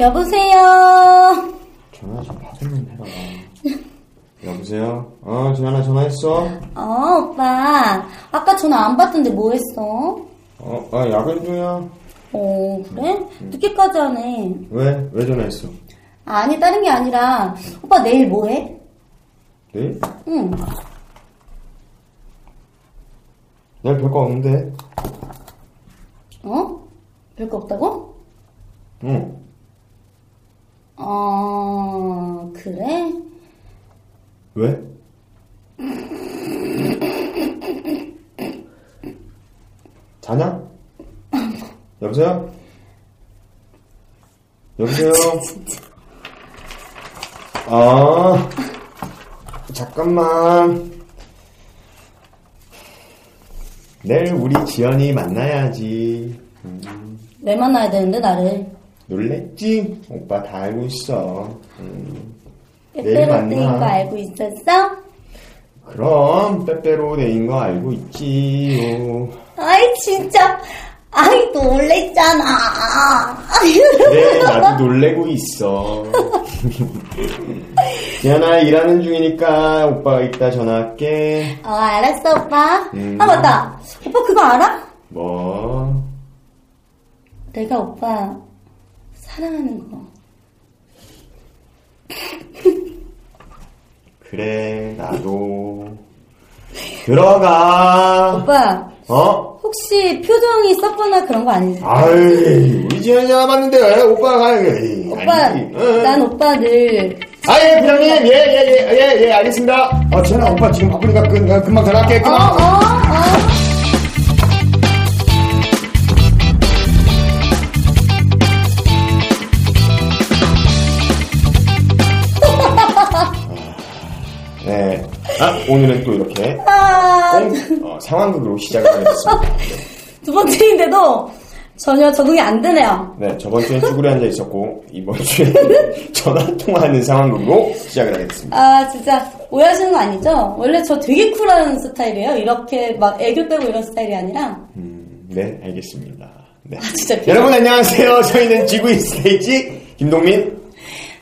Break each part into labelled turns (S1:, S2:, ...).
S1: 여보세요?
S2: 전화 좀 받으면 해라. 여보세요? 어, 지난아 전화했어?
S1: 어, 오빠. 아까 전화 안 받던데 뭐 했어?
S2: 어, 아, 야근 중이야.
S1: 어, 그래? 늦게까지 하네.
S2: 왜? 왜 전화했어?
S1: 아니, 다른 게 아니라, 오빠 내일 뭐 해?
S2: 내일?
S1: 응.
S2: 내일 별거 없는데.
S1: 어? 별거 없다고?
S2: 응.
S1: 어, 그래?
S2: 왜? 자냐? 여보세요? 여보세요? 아, 잠깐만. 내일 우리 지연이 만나야지. 음,
S1: 왜 만나야 되는데, 나를?
S2: 놀랬지? 오빠 다 알고 있어. 음. 내일 만나.
S1: 빼빼로트인 거 알고 있었어?
S2: 그럼 빼빼로 내인 거 알고 있지. 요
S1: 아이, 진짜. 아이, 놀랬잖아.
S2: 그래 나도 놀래고 있어. 지현아 일하는 중이니까 오빠가 이따 전화할게.
S1: 어, 알았어, 오빠.
S2: 음.
S1: 아, 맞다. 오빠 그거 알아?
S2: 뭐?
S1: 내가 오빠 사랑하는 거.
S2: 그래 나도 들어가.
S1: 오빠,
S2: 어?
S1: 혹시 표정이 썩거나 그런 거 아니지?
S2: 아이 우리 지현이 알아봤는데 왜 오빠가 가야지. 어,
S1: 오빠, 난 오빠를.
S2: 아예 부장님 예예예예예 알겠습니다. 아 지현아 오빠 지금 바쁘니까 그, 금, 금방 전화할게.
S1: 어, 어,
S2: 금방.
S1: 어.
S2: 네. 아, 오늘은 또 이렇게
S1: 아,
S2: 꽁, 어, 상황극으로 시작을 하겠습니다.
S1: 두 번째인데도 전혀 적응이 안 되네요.
S2: 네, 저번 주에 쭈구리 앉아 있었고 이번 주에 전화 통화하는 상황극으로 시작을 하겠습니다.
S1: 아, 진짜 오해하시는 거 아니죠? 원래 저 되게 쿨한 스타일이에요. 이렇게 막 애교 빼고 이런 스타일이 아니라.
S2: 음, 네, 알겠습니다. 네.
S1: 아, 진짜 비-
S2: 여러분 안녕하세요. 저희는 지구인 스테이지 김동민.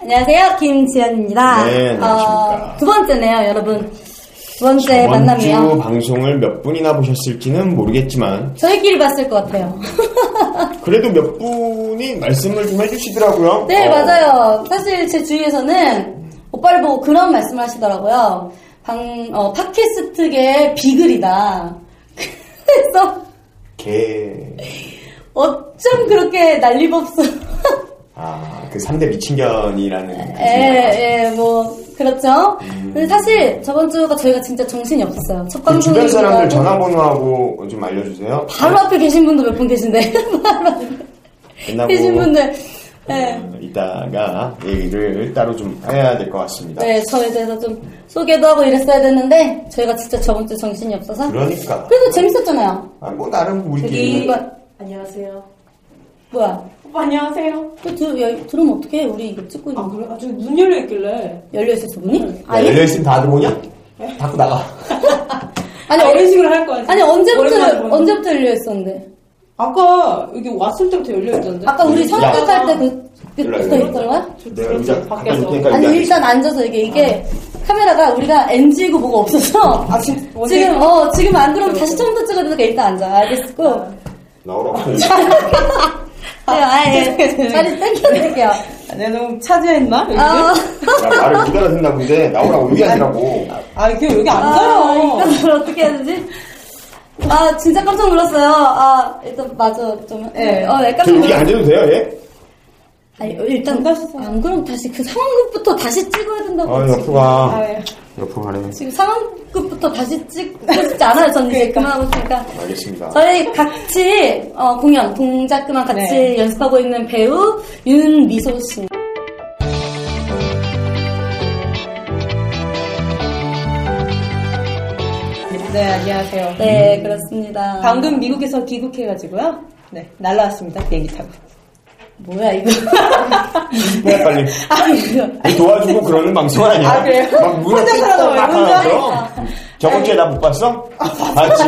S1: 안녕하세요. 김지연입니다. 어,
S2: 네, 안녕하십니까.
S1: 두 번째네요, 여러분. 두 번째
S2: 이번 주
S1: 네, 만남이요.
S2: 방송을 몇 분이나 보셨을지는 모르겠지만
S1: 저희끼리 봤을 것 같아요.
S2: 그래도 몇 분이 말씀을 좀 해주시더라고요.
S1: 네,
S2: 어,
S1: 맞아요. 사실 제 주위에서는 오빠를 보고 그런 말씀을 하시더라고요. 방, 어, 팟캐스트계의 비글이다. 그래서
S2: 개.
S1: 어쩜 그렇게 난리법수.
S2: 아, 그 3대 미친견이라는. 그
S1: 예, 예, 뭐, 그렇죠. 근데 사실 저번 주가 저희가 진짜 정신이 없었어요. 첫
S2: 그 주변
S1: 방송이.
S2: 사람들 전화번호하고 좀 알려주세요.
S1: 바로 앞에 계신 분도 몇 분 계신데. 바로 앞에
S2: 끝나고
S1: 계신 분들. 예.
S2: 어, 이따가 얘기를 따로 좀 해야 될 것 같습니다.
S1: 네, 저에 대해서 좀 소개도 하고 이랬어야 됐는데, 저희가 진짜 저번 주 정신이 없어서.
S2: 그러니까
S1: 그래도 재밌었잖아요.
S2: 아, 뭐 나름
S1: 여기
S2: 우리끼리
S1: 이거
S3: 안녕하세요.
S1: 뭐야?
S3: 오빠 안녕하세요.
S1: 그 두, 여, 들으면 어떡해? 우리 이거 찍고 있는
S3: 아
S1: 거
S3: 그래? 아, 지금 눈 열려 있길래.
S1: 열려 있었어 문이? 아, 예?
S2: 야, 아, 열려 있으면 다 들어오냐? 닫고 나가.
S1: 아니
S3: 아, 이런
S1: 언,
S3: 식으로 할 거야. 지금.
S1: 아니
S3: 오랜만에
S1: 언제부터
S3: 보는
S1: 언제부터 열려 있었는데?
S3: 아까 여기 왔을 때부터 열려 있던데.
S1: 아까 우리
S2: 야.
S1: 성격 할때그
S2: 일로 와,
S1: 그부터
S2: 일로 와.
S1: 있던 거야?
S3: 저-
S2: 내가
S3: 저-
S2: 의자
S3: 저
S2: 갖다 줄 테니까.
S1: 아니
S2: 여기
S1: 일단 앉아서 이게 이게 카메라가 우리가 NG고 뭐가 없어서
S3: 아 지금 어제-
S1: 지금 어 지금 안 그러면 다시 처음부터 찍어야 되니까 일단 앉아 알겠고
S2: 나오라고.
S1: 네 아예 자리 땡겨드릴게요
S3: 아, 내가 너무 차지했나? 여기를?
S1: 아
S2: 야, 말을 기다려 듣나 본데 나오라고 여기 앉으라고.
S3: 아 이게 여기
S1: 아,
S3: 앉아요.
S1: 이걸 어떻게 해야 되지? 아, 진짜 깜짝 놀랐어요. 아, 일단, 맞아. 좀, 예, 어, 예,
S2: 저
S1: 깜짝
S2: 여기
S1: 놀랐어요.
S2: 앉아도 돼요, 예?
S1: 아니, 일단
S3: 반갑습니다.
S1: 안 그럼 다시 그 상황극부터 다시 찍어야 된다고.
S2: 아,
S1: 지금.
S2: 옆으로 가.
S3: 아, 예.
S2: 옆으로 가네.
S1: 지금 상황극부터 다시 찍고 싶지 않아요. 저는 이제
S3: 그러니까.
S1: 그만하고 싶으니까.
S2: 알겠습니다.
S1: 저희 같이 어, 공연 동작 그만 같이
S3: 네.
S1: 연습하고 있는 배우 윤미소 씨.
S3: 네, 안녕하세요.
S1: 네
S2: 음.
S1: 그렇습니다.
S3: 방금 미국에서 귀국해가지고요. 네, 날라왔습니다. 비행기 타고.
S1: 뭐야 이거?
S2: 네, 빨리.
S3: 아, 이거.
S2: 우리 도와주고 그러는 방송 아니야?
S3: 아, 그래요?
S2: 막 물어
S3: 혼자 살아도
S2: 뜯고 막
S3: 혼자
S2: 하면서. 저번 주에 나 못 봤어? 봤지.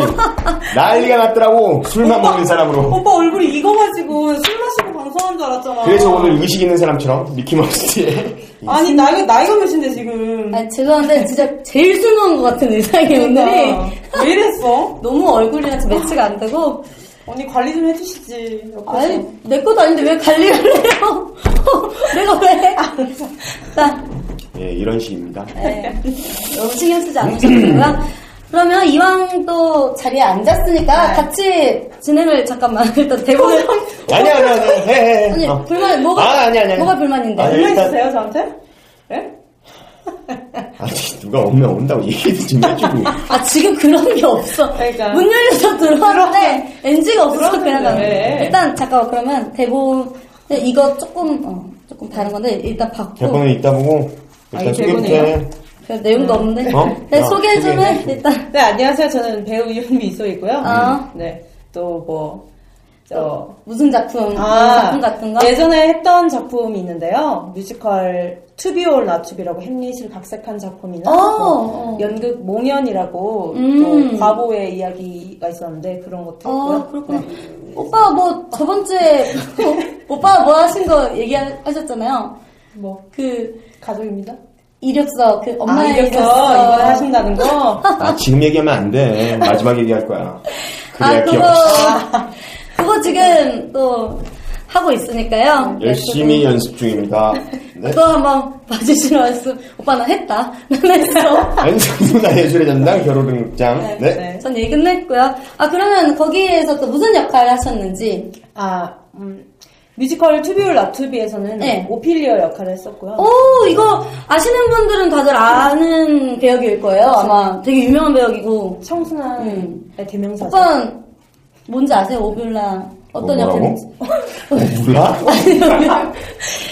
S2: 난리가 났더라고. 술만 먹는 사람으로.
S3: 오빠 얼굴이 익어가지고 술 마시고 방송한 줄 알았잖아.
S2: 그래서 오늘 의식 있는 사람처럼 미키마우스 뒤에
S3: 아니 나이가 나이가 몇인데 지금?
S1: 아 죄송한데 진짜 제일 순한 것 같은 의상이 오늘이
S3: 그러니까. 왜 이랬어?
S1: 너무 얼굴이랑 지금 매치가 안 되고
S3: 언니 관리 좀 해주시지. 옆에서.
S1: 아니 내 것도 아닌데 왜 관리를 해요? 내가 왜? 아, 나
S2: 예, 이런 식입니다.
S1: 네. 너무 신경 쓰지 않으셨고요. 그러면 이왕 또 자리에
S2: 네.
S1: 앉았으니까 같이 진행을 잠깐만 일단 대본을
S2: 아니, 아니, 아니. 해, 해, 해.
S1: 아니
S2: 어.
S1: 불만 뭐가
S2: 아, 아니, 아니, 아니.
S1: 뭐가 불만인데?
S2: 아니.
S3: 불만
S2: 일단-
S3: 있으세요 저한테? 예?
S2: 아니, 누가 오면 온다고 얘기도 좀 해주고.
S1: 아 지금 그런 게 없어.
S3: 그러니까.
S1: 문 열려서 들어왔는데
S3: 들어왔는데.
S1: NG가 없어서
S3: 들어왔는데
S1: 그냥 나
S3: 왜?
S2: 네.
S1: 일단 잠깐 그러면 대본 근데 이거 조금 어, 조금 다른 건데 일단 받고
S2: 대본에 있다 보고.
S3: 아,
S2: 일단
S3: 이
S2: 소개부터
S1: 그 내용도 없는데
S2: 어?
S1: 네,
S2: 야,
S1: 소개 좀
S2: 소개해.
S1: 해 일단
S3: 네 안녕하세요 저는 배우 윤미소이고요.
S1: 어.
S3: 네. 또뭐저
S1: 무슨 작품 무슨 음,
S3: 아.
S1: 작품 같은 거
S3: 예전에 했던 작품이 있는데요. 뮤지컬 투비올 나투비라고 햄릿을 각색한 작품이나
S1: 어,
S3: 뭐
S1: 어.
S3: 연극 몽연이라고
S1: 음.
S3: 또 과보의 이야기가 있었는데 그런 것도 했고요. 네.
S1: 어 그렇구나 오빠 뭐 저번 주에 오빠 뭐 하신 거 얘기하셨잖아요
S3: 뭐
S1: 그
S3: 가족입니다.
S1: 이력서 그 엄마의
S3: 아, 이렇게
S1: 이력서
S3: 이걸 하신다는 거.
S2: 아, 지금 얘기하면 안 돼. 마지막 얘기할 거야.
S1: 아
S2: 그래야
S1: 그거
S2: 기억.
S1: 그거 지금 또 하고 있으니까요.
S2: 열심히 연습 중입니다. 네?
S1: 그거 한번 봐주시러 왔어. 오빠 나 했다. 나 했어.
S2: 연상문화 예술의 전당 겨루등장. 네.
S3: 네.
S1: 전 얘기 끝냈고요. 아 그러면 거기에서 또 무슨 역할을 하셨는지.
S3: 아, 음, 뮤지컬 투비올 라투비에서는
S1: 네.
S3: 오피리어 역할을 했었고요.
S1: 오 이거 아시는 분들은 다들 아는 배역일 거예요. 아마 되게 유명한 배역이고.
S3: 청순한
S1: 음.
S3: 대명사.
S1: 오빠 뭔지 아세요? 오뷸라 어떤
S2: 뭐라고?
S1: 역할인지. 네.
S2: 몰라?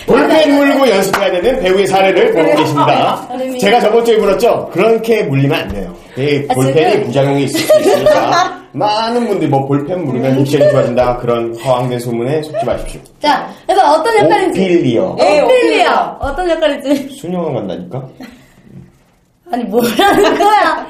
S2: 볼펜 물고 연습해야 되는 배우의 사례를
S3: 네.
S2: 보고 계십니다.
S1: 아름이.
S2: 제가 저번 주에 물었죠? 그렇게 물리면 안 돼요. 이
S1: 아,
S2: 볼펜에
S1: 지금?
S2: 부작용이 있을 수 있으니까 많은 분들이 뭐 볼펜
S3: 네.
S2: 물으면 목소리 좋아진다 그런 허황된 소문에 속지 마십시오.
S1: 자 그래서 어떤 역할인지.
S2: 오피리어.
S3: 예,
S1: 오피리아 어떤 역할인지.
S2: 수녀원 간다니까?
S1: 아니 뭐라는 거야?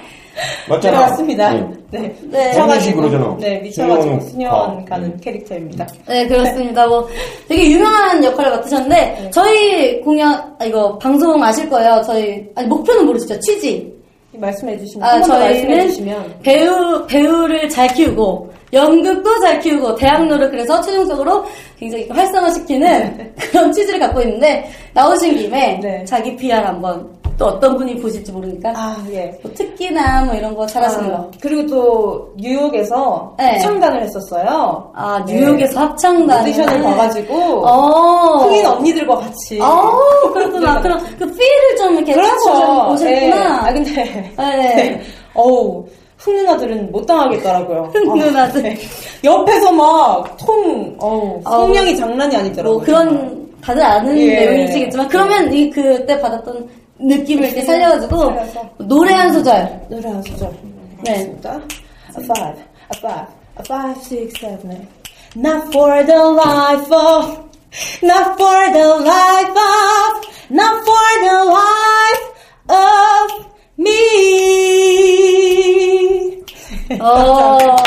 S2: 맞잖아.
S3: 네,
S2: 예.
S3: 맞습니다.
S2: 응.
S3: 네.
S1: 네.
S2: 언니 식으로잖아.
S3: 네, 미쳐가지고
S2: 수녀원
S3: 수녀원
S2: 과.
S3: 가는
S2: 네.
S3: 캐릭터입니다.
S1: 네, 그렇습니다. 뭐, 되게 유명한 역할을 맡으셨는데, 저희 공연, 아, 이거, 방송 아실 거예요. 저희, 아니, 목표는 모르시죠? 취지.
S3: 말씀해 주시면
S1: 아,
S3: 한번더 말씀해 주시면
S1: 저희는 배우, 배우를 잘 키우고, 연극도 잘 키우고, 대학로를 그래서 최종적으로 굉장히 활성화시키는 그런 취지를 갖고 있는데, 나오신 김에,
S3: 네.
S1: 자기 PR 한번, 또 어떤 분이 보실지 모르니까,
S3: 아, 예. 아,
S1: 뭐 특기나 뭐 이런 거 잘하시는 거.
S3: 그리고 또 뉴욕에서
S1: 네.
S3: 합창단을 했었어요.
S1: 아, 뉴욕에서 합창단.
S3: 네.
S1: 네.
S3: 오디션을 봐가지고
S1: 어.
S3: 흑인 언니들과 같이. 네.
S1: 어, 그렇구나. 그럼 그 필을 좀 이렇게 찾아서
S3: 그렇죠.
S1: 보셨구나.
S3: 예. 아 근데
S1: 네.
S3: 어우 흑 누나들은 못 당하겠더라고요.
S1: 흑
S3: 아,
S1: 누나들.
S3: 네. 옆에서 막통 어우
S1: 어우.
S3: 성량이 장난이
S1: 뭐
S3: 아니더라고요.
S1: 그런 다들 아는
S3: 예.
S1: 내용이시겠지만 그러면 이 그때 받았던 느낌을 이렇게 살려가지고
S3: 살려서.
S1: 노래 한 소절.
S3: 노래 한 소절.
S1: 네.
S3: 알겠습니다. A five, a five, a five, six, seven, eight. Not for the life of, not for the life of, not for the life of me.
S1: 어. 아,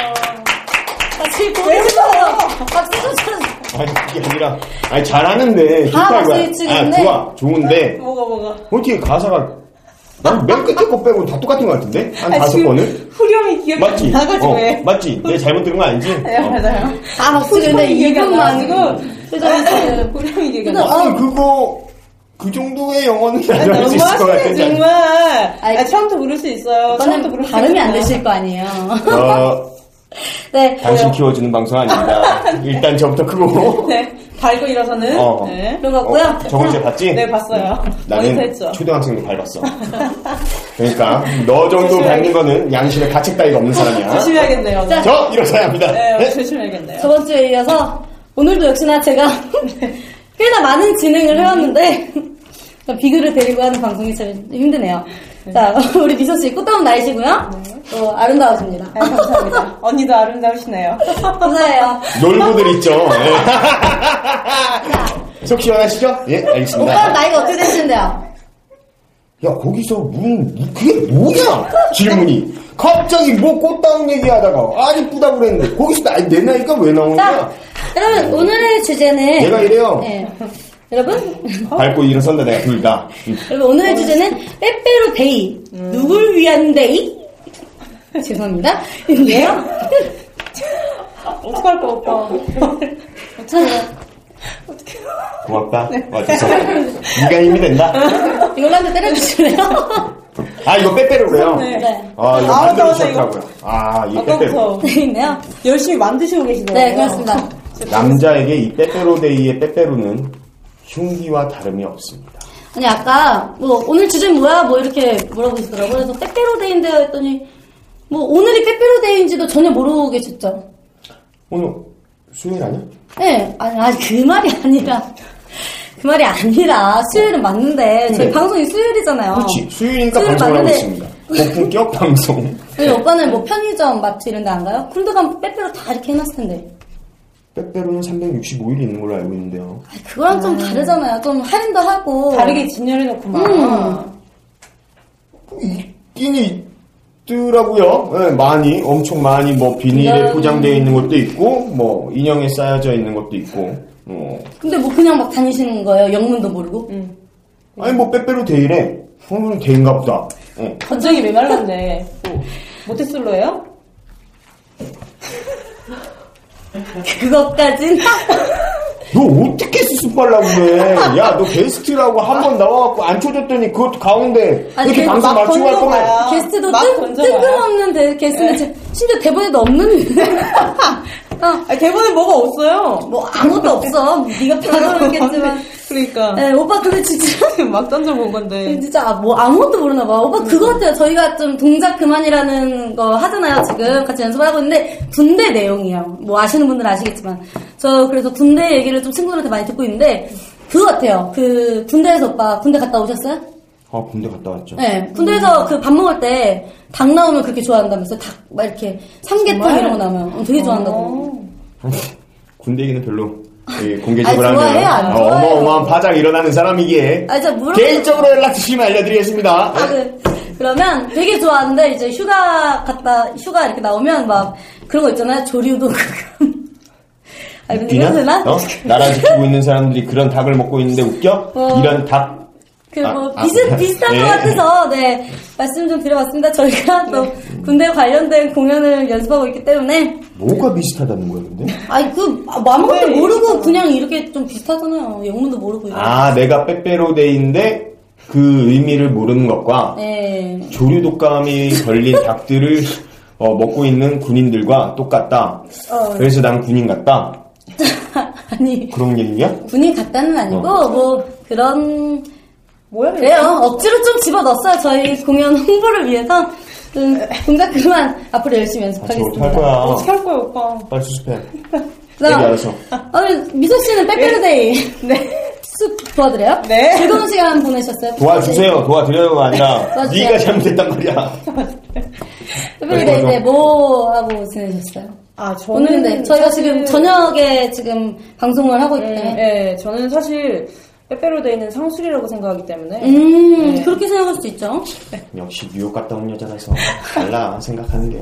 S1: 지금 보여주세요. 박수 좀 쳐주세요.
S2: 아니, 그게 아니라. 아니, 잘하는데. 좋다
S1: 박수
S2: 이거야. 아,
S1: 치겠네.
S2: 좋아. 좋은데.
S3: 뭐가 뭐가?
S2: 어떻게 가사가 난 맨 끝에 거 빼고 다 똑같은 거 같은데 한
S3: 아,
S2: 다섯
S3: 지금
S2: 번은
S3: 후렴이 기억이
S2: 맞지?
S3: 안 나가지고
S2: 어,
S3: 왜?
S2: 맞지? 어. 내가 잘못 들은 거 아니지?
S3: 네, 맞아요.
S1: 아, 박수 근데
S3: 후렴이 기억이 안 나가지고.
S1: 이분만. 표정이
S3: 후렴이 기억이 안
S1: 근데
S3: 나.
S2: 아 그거 그 정도의 영어는
S3: 어, 아니,
S2: 알수 있을 것
S3: 너무하시네
S2: 같은데
S3: 정말. 아
S1: 아이,
S3: 처음부터 부를 수 있어요. 처음부터
S1: 이거는
S3: 부를 수
S1: 발음이 안
S3: 있구나.
S1: 되실 거 아니에요.
S2: 어,
S1: 네.
S2: 당신 키워주는 방송 아닙니다. 일단 저부터 크고.
S3: 네. 밟고 일어서는.
S2: 어.
S3: 네.
S1: 그런 거 같고요.
S2: 저번 주에 봤지?
S3: 네, 봤어요. 모니터
S2: 나는
S3: 했죠.
S2: 초등학생도 밟았어. 그러니까 너 정도
S3: 조심해야-
S2: 밟는 거는 양심의 가책 따위가 없는 사람이야.
S3: 조심해야겠네요.
S1: 자,
S2: 저 일어서야 합니다.
S3: 네,
S2: 네?
S3: 조심해야겠네요.
S1: 저번 주에 이어서 오늘도 역시나 제가 꽤나 많은 진행을 해왔는데 비교를 데리고 하는 방송이 제일 힘드네요. 네. 자, 우리 미소 씨 꽃다운 나이시고요. 또 아름다우십니다.
S3: 네, 감사합니다. 언니도 아름다우시네요.
S1: 감사해요.
S2: 놀부들 있죠. 예. 속 시원하시죠? 예, 알겠습니다.
S1: 오빠랑 나이가 어떻게 되시는데요?
S2: 야, 거기서 무슨, 무- 그게 뭐야? 질문이. 갑자기 뭐 꽃다운 얘기하다가, 아, 이쁘다고 그랬는데, 거기서 나, 내 나이가 왜 나오는
S1: 자,
S2: 거야?
S1: 여러분 오늘의 주제는
S2: 내가 이래요.
S1: 네. 여러분
S2: 밟고 일어선다, 내가 둘 다. 음.
S1: 여러분 오늘의 주제는 빼빼로 데이 누굴 위한 데이? 죄송합니다. 인데요.
S3: 어떡할까, 오빠.
S1: 괜찮아요.
S2: 고맙다. 어, 죄송합니다. 네가 힘이 된다.
S1: 이걸로 한대 때려주실래요?
S2: 아, 이거 빼빼로래요.
S3: 네.
S1: 네.
S2: 아, 이거
S3: 아,
S2: 만들어
S3: 맞아, 맞아, 이거.
S2: 주셨다고요. 아, 이 빼빼로.
S3: 아까부터
S1: 데이네요.
S3: 열심히 만드시고 계시더라고요.
S1: 네, 그렇습니다.
S2: 남자에게 이 빼빼로 데이의 빼빼로는 흉기와 다름이 없습니다.
S1: 아니 아까 뭐 오늘 주제 뭐야 뭐 이렇게 물어보시더라고요. 그래서 빼빼로데이인데요 했더니 뭐 오늘이 빼빼로데이인지도 전혀 모르고 계셨죠.
S2: 오늘 수요일 아니야?
S1: 네, 아니, 아니 그 말이 아니라 그 말이 아니라 수요일은 맞는데 저희
S2: 네.
S1: 방송이 수요일이잖아요.
S2: 그렇지. 수요일이니까
S1: 수요일
S2: 방송을 하고
S1: 맞는데-
S2: 있습니다. 네. 고품격 방송.
S1: 저희 오빠는 뭐 편의점 마트 이런 데 안 가요? 쿨도 가면 빼빼로 다 이렇게 해놨을 텐데.
S2: 빼빼로는 365일 있는 걸로 알고 있는데요.
S1: 아니, 그거랑 좀 다르잖아요. 좀 할인도 하고.
S3: 다르게 진열해놓고만.
S1: 음.
S2: 있긴 있더라고요. 예, 많이 엄청 많이 뭐 비닐에
S1: 이런.
S2: 포장되어 있는 것도 있고 뭐 인형에 쌓여져 있는 것도 있고. 어.
S1: 근데 뭐 그냥 막 다니시는 거예요. 영문도 모르고.
S2: 아니 뭐 빼빼로 데이래. 오늘 데인가 보다. 어.
S3: 갑자기 메말랐네. 또. 모태솔로예요?
S1: 그것까진
S2: 너 어떻게 수습하려고 그래? 야, 너 게스트라고 한 번 나와갖고 안 쳐줬더니 그것도 가운데
S1: 아니,
S2: 이렇게
S1: 그래도
S2: 방송
S3: 막
S2: 맞추고 할 거면
S3: 건져봐요.
S1: 게스트도
S3: 아, 막
S1: 뜬,
S3: 던져봐요. 네.
S1: 뜬금없는 데, 게스트는 지- 심지어 대본에도 없는 어,
S3: 아, 대본에 뭐가 없어요.
S1: 뭐 아무것도 없어 네가 바로 알겠지만
S3: 그러니까.
S1: 네, 오빠 근데 진짜
S3: 막 던져본 건데.
S1: 진짜 아, 뭐 아무것도 모르나 봐 오빠
S3: 네.
S1: 그거 같아요 저희가 좀 동작 그만이라는 거 하잖아요 지금 같이 연습을 하고 있는데 군대 내용이에요 뭐 아시는 분들은 아시겠지만 저 그래서 군대 얘기를 좀 친구들한테 많이 듣고 있는데 그거 같아요 그 군대에서 오빠 군대 갔다 오셨어요?
S2: 아, 군대 갔다 왔죠.
S1: 네, 군대에서
S3: 음.
S1: 그 밥 먹을 때 닭 나오면 그렇게 좋아한다면서 닭 막 이렇게 삼계탕
S3: 정말? 어.
S1: 이런 거 나오면 어, 되게 좋아한다고.
S2: 군대 얘기는 별로 예, 공개적으로
S1: 아니,
S2: 하면
S1: 좋아해요, 안
S2: 어,
S1: 좋아해요?
S2: 어마어마한 파장 일어나는 사람이기에
S1: 아, 진짜 물어보
S2: 개인적으로 연락 주시면 알려드리겠습니다. 어,
S1: 아, 그, 그러면 되게 좋아하는데 이제 휴가 갔다 휴가 이렇게 나오면 막 그런 거 있잖아요 조류도 아 근데
S2: 웃기냐?
S1: 이거 되나?
S2: 어? 나라 지키고 있는 사람들이 그런 닭을 먹고 있는데 웃겨?
S1: 어.
S2: 이런 닭.
S1: 그 뭐
S2: 아, 아,
S1: 비슷 비슷한
S2: 네.
S1: 것 같아서 네 말씀 좀 드려봤습니다. 저희가 또 군대 관련된 공연을 연습하고 있기 때문에
S2: 뭐가 비슷하다는 거야, 근데?
S1: 아니 그 아, 뭐 아무것도
S3: 네.
S1: 모르고 그냥 이렇게 좀 비슷하잖아요. 영문도 모르고 이거.
S2: 아, 내가 빼빼로데이인데 그 의미를 모르는 것과
S1: 네.
S2: 조류 독감이 걸린 닭들을 어, 먹고 있는 군인들과 똑같다.
S1: 어.
S2: 그래서 난 군인 같다.
S1: 아니
S2: 그런 얘기야?
S1: 군인 갔다는 아니고
S2: 어.
S1: 뭐 그런
S3: 뭐야, 이거?
S1: 그래요 억지로 좀 집어넣었어요 저희 공연 홍보를 위해서 좀 동작 그만 앞으로 열심히
S2: 아, 저 어떡할
S1: 연습하겠습니다
S2: 거야.
S3: 어떻게 할 거야, 오빠.
S2: 빨리 수습해.
S1: 그다음-
S2: 얘기 알아서.
S1: 아, 우리 미소 씨는 빼빼로데이
S3: 예. 네.
S1: 쑥 도와드려요?
S3: 네.
S1: 즐거운 시간 보내셨어요?
S2: 도와주세요. 도와드려요가 아니라
S1: 도와주세요.
S2: 네가 잘못했단 말이야.
S1: 빼빼로데이
S2: 네,
S1: 때 뭐하고 지내셨어요?
S3: 아, 저는.
S1: 오늘은 네, 저희가
S3: 사실-
S1: 지금 저녁에 네. 지금 방송을 하고 있기
S3: 음,
S1: 때문에
S3: 예, 저는 사실 빼빼로 데이는 상술이라고 생각하기 때문에.
S1: 음
S3: 네.
S1: 그렇게 생각할 수 있죠
S2: 역시 뉴욕 갔다 온 여자라서 달라 생각하는 게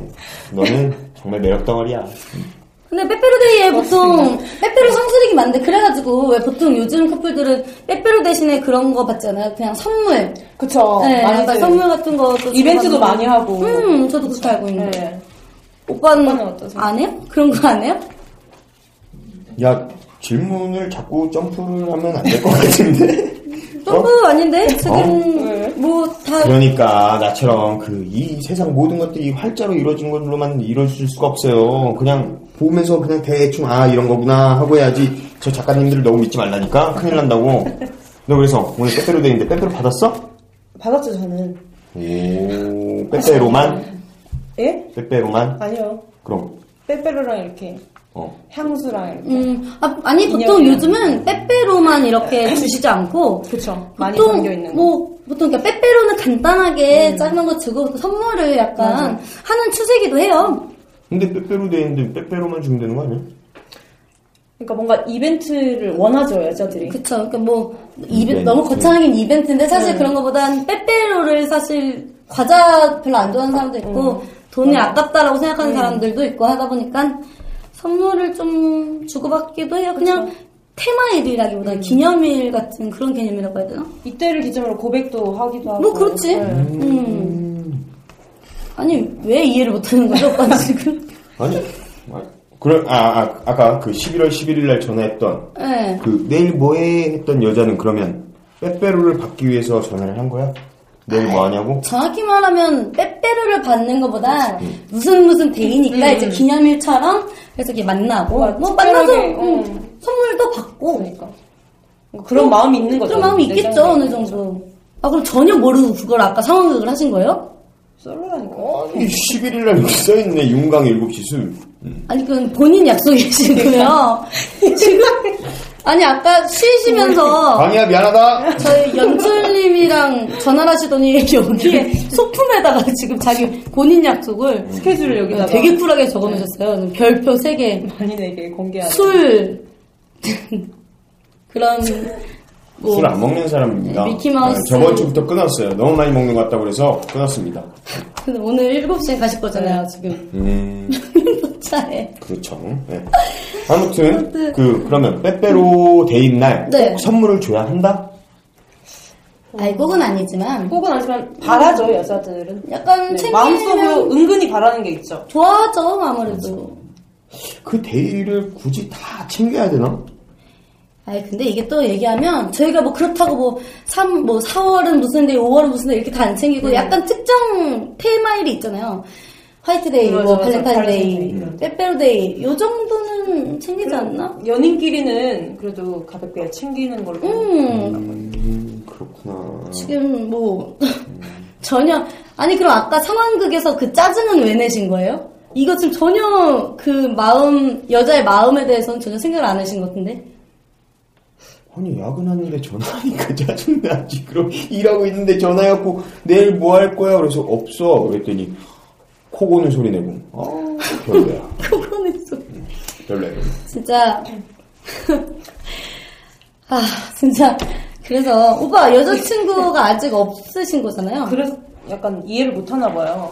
S2: 너는 정말 매력 덩어리야.
S1: 근데 빼빼로데이에 보통 빼빼로 상술이긴 많은데 그래가지고 왜 보통 요즘 커플들은 빼빼로 대신에 그런 거 받잖아요. 그냥 선물.
S3: 그쵸.
S1: 네,
S3: 많이들.
S1: 약간 선물 같은 것도
S3: 어, 이벤트도
S1: 주고
S3: 많이 하고.
S1: 음, 저도 그렇게 알고 있는데.
S3: 네.
S1: 오빠는,
S3: 오빠는 어떠세요?
S1: 안 해요? 그런 거 안 해요?
S2: 야 질문을 자꾸 점프를 하면 안 될 것 같은데.
S1: 점프 아닌데? 지금, 뭐, 다,
S2: 그러니까 나처럼 그 이 세상 모든 것들이 활자로 이루어진 걸로만 이루어질 수가 없어요. 그냥 보면서 그냥 대충 아 이런 거구나 하고 해야지 저 작가님들을 너무 믿지 말라니까 큰일 난다고. 너 그래서 오늘 빼빼로 데이인데 빼빼로 받았어?
S3: 받았죠 저는.
S2: 오 빼빼로만
S3: 예?
S2: 빼빼로만
S3: 아니요.
S2: 그럼
S3: 빼빼로랑 이렇게
S2: 어
S3: 향수랑 이렇게.
S1: 음, 아, 니 보통
S3: 인형이랑.
S1: 요즘은 빼빼로만 이렇게 주시지 않고,
S3: 네. 그쵸. 많이
S1: 보통
S3: 담겨 있는. 음.
S1: 뭐 보통 그러니까 빼빼로는 간단하게 작은 거 주고 선물을 약간 하는 추세기도 해요.
S2: 근데 빼빼로 데이인데 빼빼로만 주면 되는 거 아니야?
S3: 그러니까 뭔가 이벤트를 원하죠 여자들이.
S1: 그쵸. 그러니까 뭐 이벤,
S2: 이벤트.
S1: 너무 거창하긴 이벤트인데 사실 그런 거보단 빼빼로를 사실 과자 별로 안 좋아하는 사람도 있고 돈이 아깝다라고 생각하는 사람들도 있고 하다 보니까 선물을 좀 주고받기도 해요. 그냥 테마일이라기보다 기념일 같은 그런 개념이라고 해야 되나?
S3: 이때를 기점으로 고백도 하기도 하고.
S1: 뭐 그렇지.
S3: 네.
S1: 음. 아니 왜 이해를 못하는 거죠, 오빠 지금?
S2: 아니 아, 그래 아, 아 아까 그 11월 11일 날 전화했던
S1: 예. 네.
S2: 그 내일 뭐해 했던 여자는 그러면 빼빼로를 받기 위해서 전화를 한 거야? 내일 뭐 하냐고?
S1: 정확히 말하면 빼빼로를 받는 것보다 무슨 무슨 데이니까 이제 기념일처럼 그래서 이렇게 만나고
S3: 뭐,
S1: 뭐 만나서
S3: 음. 특별하게,
S1: 음,
S3: 음.
S1: 선물도 받고
S3: 그러니까. 그렇죠. 그런 마음이 있는 거죠.
S1: 그런 마음이
S3: 내
S1: 있겠죠
S3: 생각에.
S1: 어느 정도. 아 그럼 전혀 모르고 그걸 아까 상황극을 하신 거예요?
S3: 솔로라니까.
S2: 11일 날 여기 써있네 윤강 7시 수
S1: 아니 그건 본인 약속이시고요. 지금 아니 아까
S3: 음.
S1: 쉬시면서
S2: 강희야 미안하다
S1: 저희 연출님이랑 전화를 하시더니
S3: 예.
S1: 여기에 소품에다가 지금 자기 본인 약속을
S3: 스케줄을 여기다가
S1: 음, 되게 쿨하게
S3: 네.
S1: 적어놓으셨어요. 별표 3개.
S3: 많이 내게 공개하는.
S1: 술 그런 뭐
S2: 술 안 먹는 사람입니다
S1: 네, 미키마우스.
S2: 저번 주부터 끊었어요 너무 많이 먹는 것 같다고 그래서 끊었습니다
S1: 근데 그 오늘 7시에 가실 거잖아요 지금
S2: 음
S1: 차에
S2: 그렇죠 네. 아무튼 그 그러면 빼빼로 데이인 날꼭
S1: 네.
S2: 선물을 줘야 한다?
S1: 아니 꼭은 아니지만
S3: 꼭은 아니지만 바라죠 여자들은.
S1: 약간
S3: 네,
S1: 음. 챙기면
S3: 마음속으로 은근히 바라는 게 있죠.
S1: 좋아하죠 아무래도
S2: 그 데이를 굳이 다 챙겨야 되나?
S1: 아니 근데 이게 또 얘기하면 저희가 뭐 그렇다고 뭐 3, 뭐 4월은 무슨 데이 5월은 무슨 데이 이렇게 다 안 챙기고 약간 특정 테마일이 있잖아요 화이트데이,
S3: 맞아,
S1: 뭐
S3: 맞아.
S1: 발렌타인데이, 그
S3: 발렌타인데이.
S1: 빼빼로데이 요 정도는 챙기지 않나?
S3: 연인끼리는 그래도 가볍게 챙기는 걸로.
S1: 음
S2: 음 그렇구나
S1: 지금 뭐 전혀 아니 그럼 아까 상황극에서 그 짜증은 왜 내신 거예요? 이거 지금 전혀 그 마음 여자의 마음에 대해서는 전혀 생각을 안 하신 것 같은데
S2: 아니 야근하는데 전화하니까 그 짜증나지 그럼 일하고 있는데 전화해갖고 내일 뭐 할 거야 그래서 없어 그랬더니 코 고는 소리 내고 아 별로야
S1: 그거는 좀
S2: 별로야
S1: 진짜 아 진짜 그래서 오빠 여자친구가 아직 없으신 거잖아요.
S3: 그래서 약간 이해를 못 하나 봐요.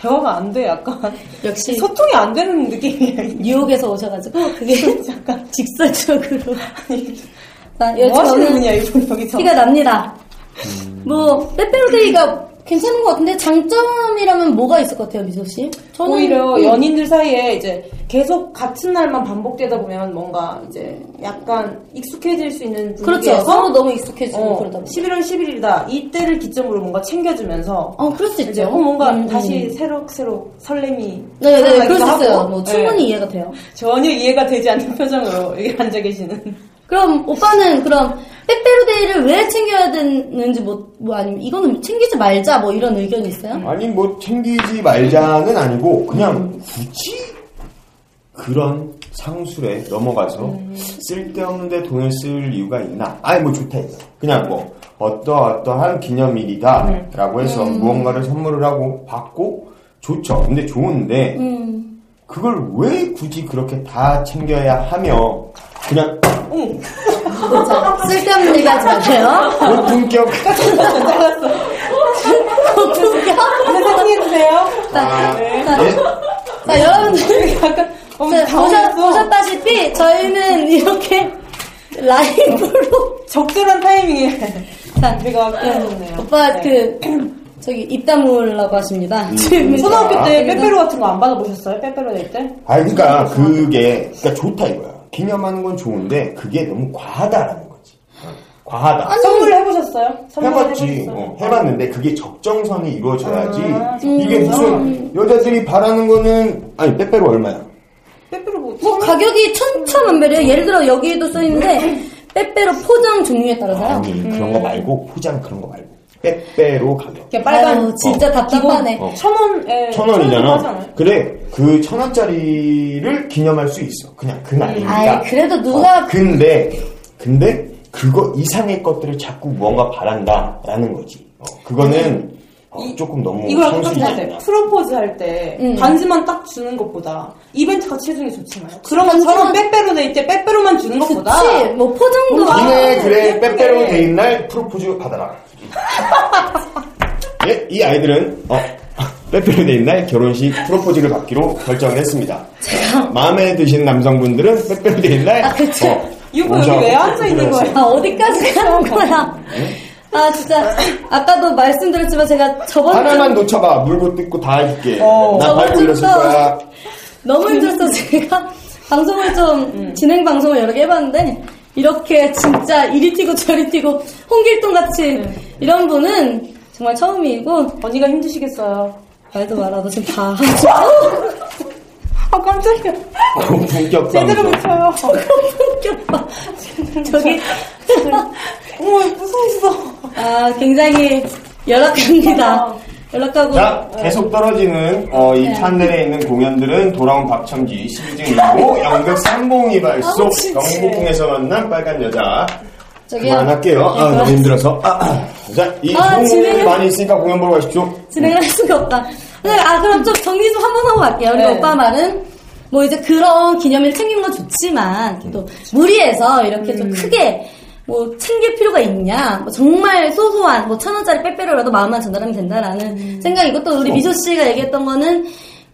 S3: 대화가 안 돼, 약간.
S1: 역시 음.
S3: 소통이 안 되는 느낌이에요.
S1: 뉴욕에서 오셔가지고 그게
S3: 잠깐.
S1: 직설적으로 나
S3: 뭐 하시는
S1: 여자친구는
S3: 분이야, 요즘 여기서.
S1: 티가 납니다. 뭐 빼빼로데이가 괜찮은 것 같은데 장점이라면 뭐가 있을 것 같아요, 미소 씨? 저는
S3: 오히려
S1: 음,
S3: 연인들 사이에 이제 계속 같은 날만 반복되다 보면 뭔가 이제 약간 익숙해질 수 있는
S1: 그렇죠.
S3: 분위기에서
S1: 서로 너무 익숙해지고
S3: 어,
S1: 그러다 보니.
S3: 11월 11일이다. 이때를 기점으로 뭔가 챙겨주면서
S1: 어, 그럴 수
S3: 이제
S1: 있죠.
S3: 어, 뭔가
S1: 음,
S3: 다시
S1: 음.
S3: 새록새록 설렘이
S1: 네, 네, 네,
S3: 살아나기도
S1: 그럴 수 있어요.
S3: 하고.
S1: 뭐
S3: 네.
S1: 충분히 이해가 돼요.
S3: 전혀 이해가 되지 않는 표정으로 여기 앉아 계시는
S1: 그럼 오빠는 그럼 빼빼로데이를 왜 챙겨야 되는지 뭐, 뭐 아니면 이거는 챙기지 말자 뭐 이런 의견이 있어요?
S2: 아니 뭐 챙기지 말자는 아니고 그냥 굳이 그런 상술에 넘어가서 쓸데없는데 돈을 쓸 이유가 있나 아니 뭐 좋다 이거 그냥 뭐 어떠어떠한 기념일이다 라고 해서 무언가를 선물을 하고 받고 좋죠 근데 좋은데
S1: 음.
S2: 그걸 왜 굳이 그렇게 다 챙겨야 하며 그냥
S1: 그렇죠. 쓸데없는 얘기 하지 마세요.
S2: 고품격
S1: 어,
S3: 사랑해주세요
S2: 아,
S1: 자,
S2: 예?
S1: 자, 여러분들.
S3: 약간 어,
S1: 자, 보셨,
S3: 당황했어.
S1: 보셨다시피 저희는 이렇게 라이브로
S3: 적절한 타이밍에
S1: 자,
S3: 우리가 표현했네요
S1: 오빠
S3: 네.
S1: 그 저기 입 다물라고 하십니다.
S2: 음.
S1: 지금 아,
S3: 초등학교 때
S1: 그래서-
S3: 빼빼로 같은 거 안 받아보셨어요? 빼빼로 될 때?
S2: 아 그러니까 그게 그러니까 좋다 이거야 기념하는 건 좋은데 그게 너무 과하다라는 거지 과하다.
S3: 선물 해보셨어요? 선물
S2: 해봤지.
S3: 해보셨어요?
S2: 어, 해봤는데 그게 적정선이 이루어져야지.
S3: 아,
S2: 이게 무슨 여자들이 바라는 거는 아니 빼빼로 얼마야?
S3: 빼빼로 뭐,
S1: 뭐 가격이 천차만별이에요. 예를 들어 여기에도 써 있는데 빼빼로 포장 종류에 따라서요.
S2: 아니 네. 그런 거 말고 포장 그런 거 말고 빼빼로 가격.
S3: 이렇게 빨간 어,
S1: 아유, 진짜 답답하네.
S2: 기본. 어.
S3: 천 원에 예,
S2: 천
S3: 천
S2: 원이잖아.
S3: 원이잖아요.
S2: 그래 그 천 원짜리를 기념할 수 있어. 그냥 그날이니까. 어,
S1: 아이, 그래도 누가-
S2: 근데 근데 그거 이상의 것들을 자꾸 무언가 바란다라는 거지. 어, 그거는 어, 조금 너무
S3: 이거랑 똑같이
S2: 성실이지
S3: 하세요.
S2: 않나.
S3: 프로포즈 할 때
S1: 음.
S3: 반지만 딱 주는 것보다 이벤트 같이 해주는 게 좋잖아요. 그런
S1: 반지만-
S3: 것처럼 빼빼로 돼 있대 빼빼로만 주는 것보다
S1: 그치. 뭐 포장도
S3: 아,
S2: 니네 그래
S3: 예쁘게.
S2: 빼빼로 데인 날 프로포즈 받아라. 예, 이 아이들은 어, 빼빼로 데인 날 결혼식 프로포즈를 받기로 결정을 했습니다. 마음에 드신 남성분들은 빼빼로 데인 날 어,
S1: 아, 그쵸.
S3: 이거 여기 왜 앉아 있는 거야?
S1: 아, 어디까지 가는 거야? 아, 진짜. 아까도 말씀드렸지만 제가 저번
S2: 하나만
S1: 주
S2: 놓쳐봐. 물고 뜯고 다 해줄게.
S3: 어.
S2: 나 밟고 일었을
S1: 저번 주부터
S2: 거야.
S1: 너무 힘들어서
S3: 음.
S1: 제가 방송을 좀, 진행 방송을 여러 개 해봤는데, 이렇게 진짜 이리 튀고 저리 튀고, 홍길동 같이 이런 분은 정말 처음이고,
S3: 언니가 네. 힘드시겠어요.
S1: 말도 말아도 지금 다.
S3: 아 깜짝이야.
S2: 어, 본격
S3: 제대로
S2: 방송.
S3: 미쳐요.
S1: 웃겼다. 저기,
S3: 어머 무서웠어.
S1: 아, 굉장히
S3: 어.
S1: 열악합니다. 열악하고.
S2: 자,
S1: 네.
S2: 계속 떨어지는 어, 이 판넬에 있는 공연들은 돌아온 박첨지 시즌 2고 연극 302
S1: 아,
S2: 발속 영국궁에서 만난 빨간 여자
S1: 저기요.
S2: 그만할게요. 아,
S1: 네,
S2: 너무 힘들어서. 아, 아. 자, 이
S1: 아,
S2: 성공이
S1: 진행을-
S2: 많이 있으니까 공연 보러 가십시오.
S1: 진행을 할 수가 없다. 근데 아 그럼 좀 정리 좀 한번 하고 갈게요. 우리
S3: 네.
S1: 오빠 말은 뭐 이제 그런 기념일 챙기는 건 좋지만 또 무리해서 이렇게 좀 크게 뭐 챙길 필요가 있냐? 뭐 정말 소소한 뭐 천 원짜리 빼빼로라도 마음만 어. 전달하면 된다라는 생각이고 또 우리 미소 씨가 얘기했던 거는.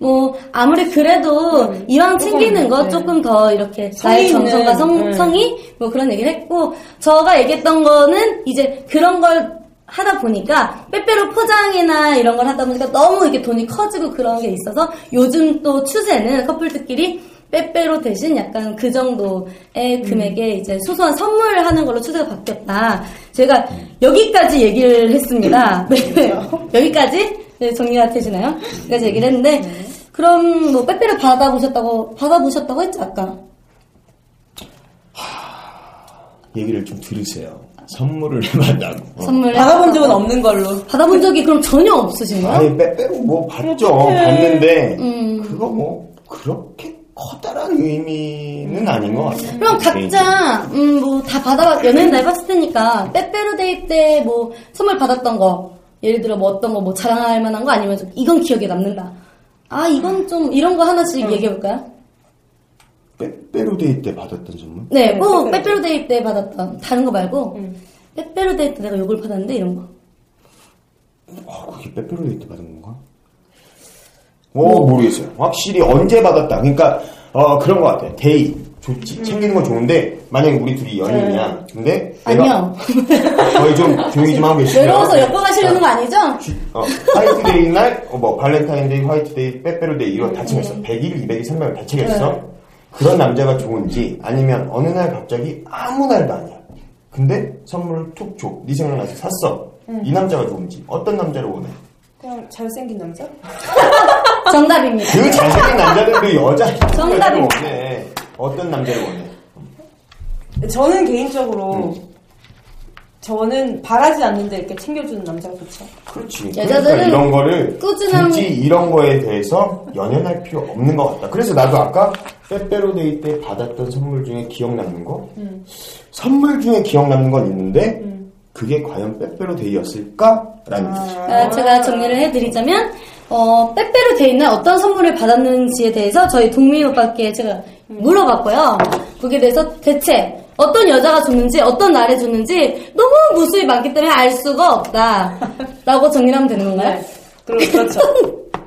S1: 뭐 아무리 그래도 이왕 챙기는 거
S3: 네.
S1: 음. 조금 더 이렇게 나의
S3: 성의 있는,
S1: 정성과 성,
S3: 네.
S1: 성의 뭐 그런 얘기를 했고 저가 얘기했던 거는 이제 그런 걸 하다 보니까 빼빼로 포장이나 이런 걸 하다 보니까 너무 이렇게 돈이 커지고 그런 게 있어서 요즘 또 추세는 커플들끼리 빼빼로 대신 약간 그
S3: 음.
S1: 정도의 금액에 이제 소소한 선물하는 걸로 추세가 바뀌었다. 제가 여기까지 얘기를 했습니다. 네. 여기까지 네, 정리가 되시나요? 여기까지 얘기를 했는데
S3: 네.
S1: 그럼 뭐 빼빼로 받아보셨다고 받아보셨다고 했죠 아까?
S2: 얘기를 좀 들으세요. 선물을 해봤다고. 어.
S1: 선물
S3: 받아본 적은 없는 걸로.
S1: 받아본 적이 그럼 전혀 없으신 거예요?
S2: 아니, 빼빼로 뭐 봤죠. 봤는데,
S1: 음.
S2: 그거 뭐, 그렇게 커다란 의미는 아닌 것 같아요. 네,
S1: 그럼 각자 음 뭐 다 받아 연애는 날 봤을 테니까 빼빼로데이 때 뭐 선물 받았던 거 예를 들어 뭐 어떤 거 뭐 자랑할 만한 거 아니면 좀 이건 기억에 남는다. 아 이건 좀 이런 거 하나씩
S3: 음.
S1: 얘기해 볼까요?
S2: 빼빼로 데이 때 받았던 선물?
S1: 네,
S3: 네,
S1: 뭐
S3: 빼빼로. 음.
S1: 빼빼로데이 때 받았던 다른 거 말고 빼빼로데이 때 내가 욕을 받았는데 이런 거.
S2: 아, 그게 빼빼로 데이 때 받은 건가? 오, 모르겠어요. 확실히 언제 받았다. 그러니까, 어, 그런 것 같아요. 데이. 좋지. 챙기는 건 좋은데, 만약에 우리 둘이 연인이야. 근데, 내가
S1: 아니요.
S2: 저희 좀 조용히 좀 하고 계시죠. 네.
S1: 외로워서 엮어가시려는 거 아니죠?
S2: 어, 화이트데이 날, 어, 뭐, 발렌타인데이, 화이트데이, 빼빼로데이, 이런 다 챙겼어.
S1: 네.
S2: 100일, 200일, 300일 다 챙겼어. 그런 남자가 좋은지, 아니면 어느 날 갑자기 아무 날도 아니야. 근데 선물을 툭 줘. 네 생각나서 샀어. 이 남자가 좋은지, 어떤 남자를 원해?
S3: 그냥 잘생긴 남자?
S1: 정답입니다.
S2: 그 잘생긴 남자들도 여자,
S1: 정답입니다.
S2: 여자를 원해. 어떤 남자를 원해?
S3: 저는 개인적으로 저는 바라지 않는데 이렇게 챙겨주는 남자가 좋죠.
S2: 그렇지.
S1: 여자들은
S2: 그러니까 이런 거를
S1: 꾸준함-
S2: 굳이 이런 거에 대해서 연연할 필요 없는 것 같다. 그래서 나도 아까 빼빼로데이 때 받았던 선물 중에 기억 남는 거?
S1: 음.
S2: 선물 중에 기억 남는 건 있는데 그게 과연 빼빼로데이였을까라는 거지.
S1: 아, 제가 정리를 해드리자면 어, 빼빼로 데이 날 어떤 선물을 받았는지에 대해서 저희 동민 오빠께 제가
S3: 음.
S1: 물어봤고요. 거기에 대해서 대체 어떤 여자가 줬는지 어떤 날에 줬는지 너무 무수히 많기 때문에 알 수가 없다라고 정리하면 되는 건가요?
S3: 그러, 그렇죠.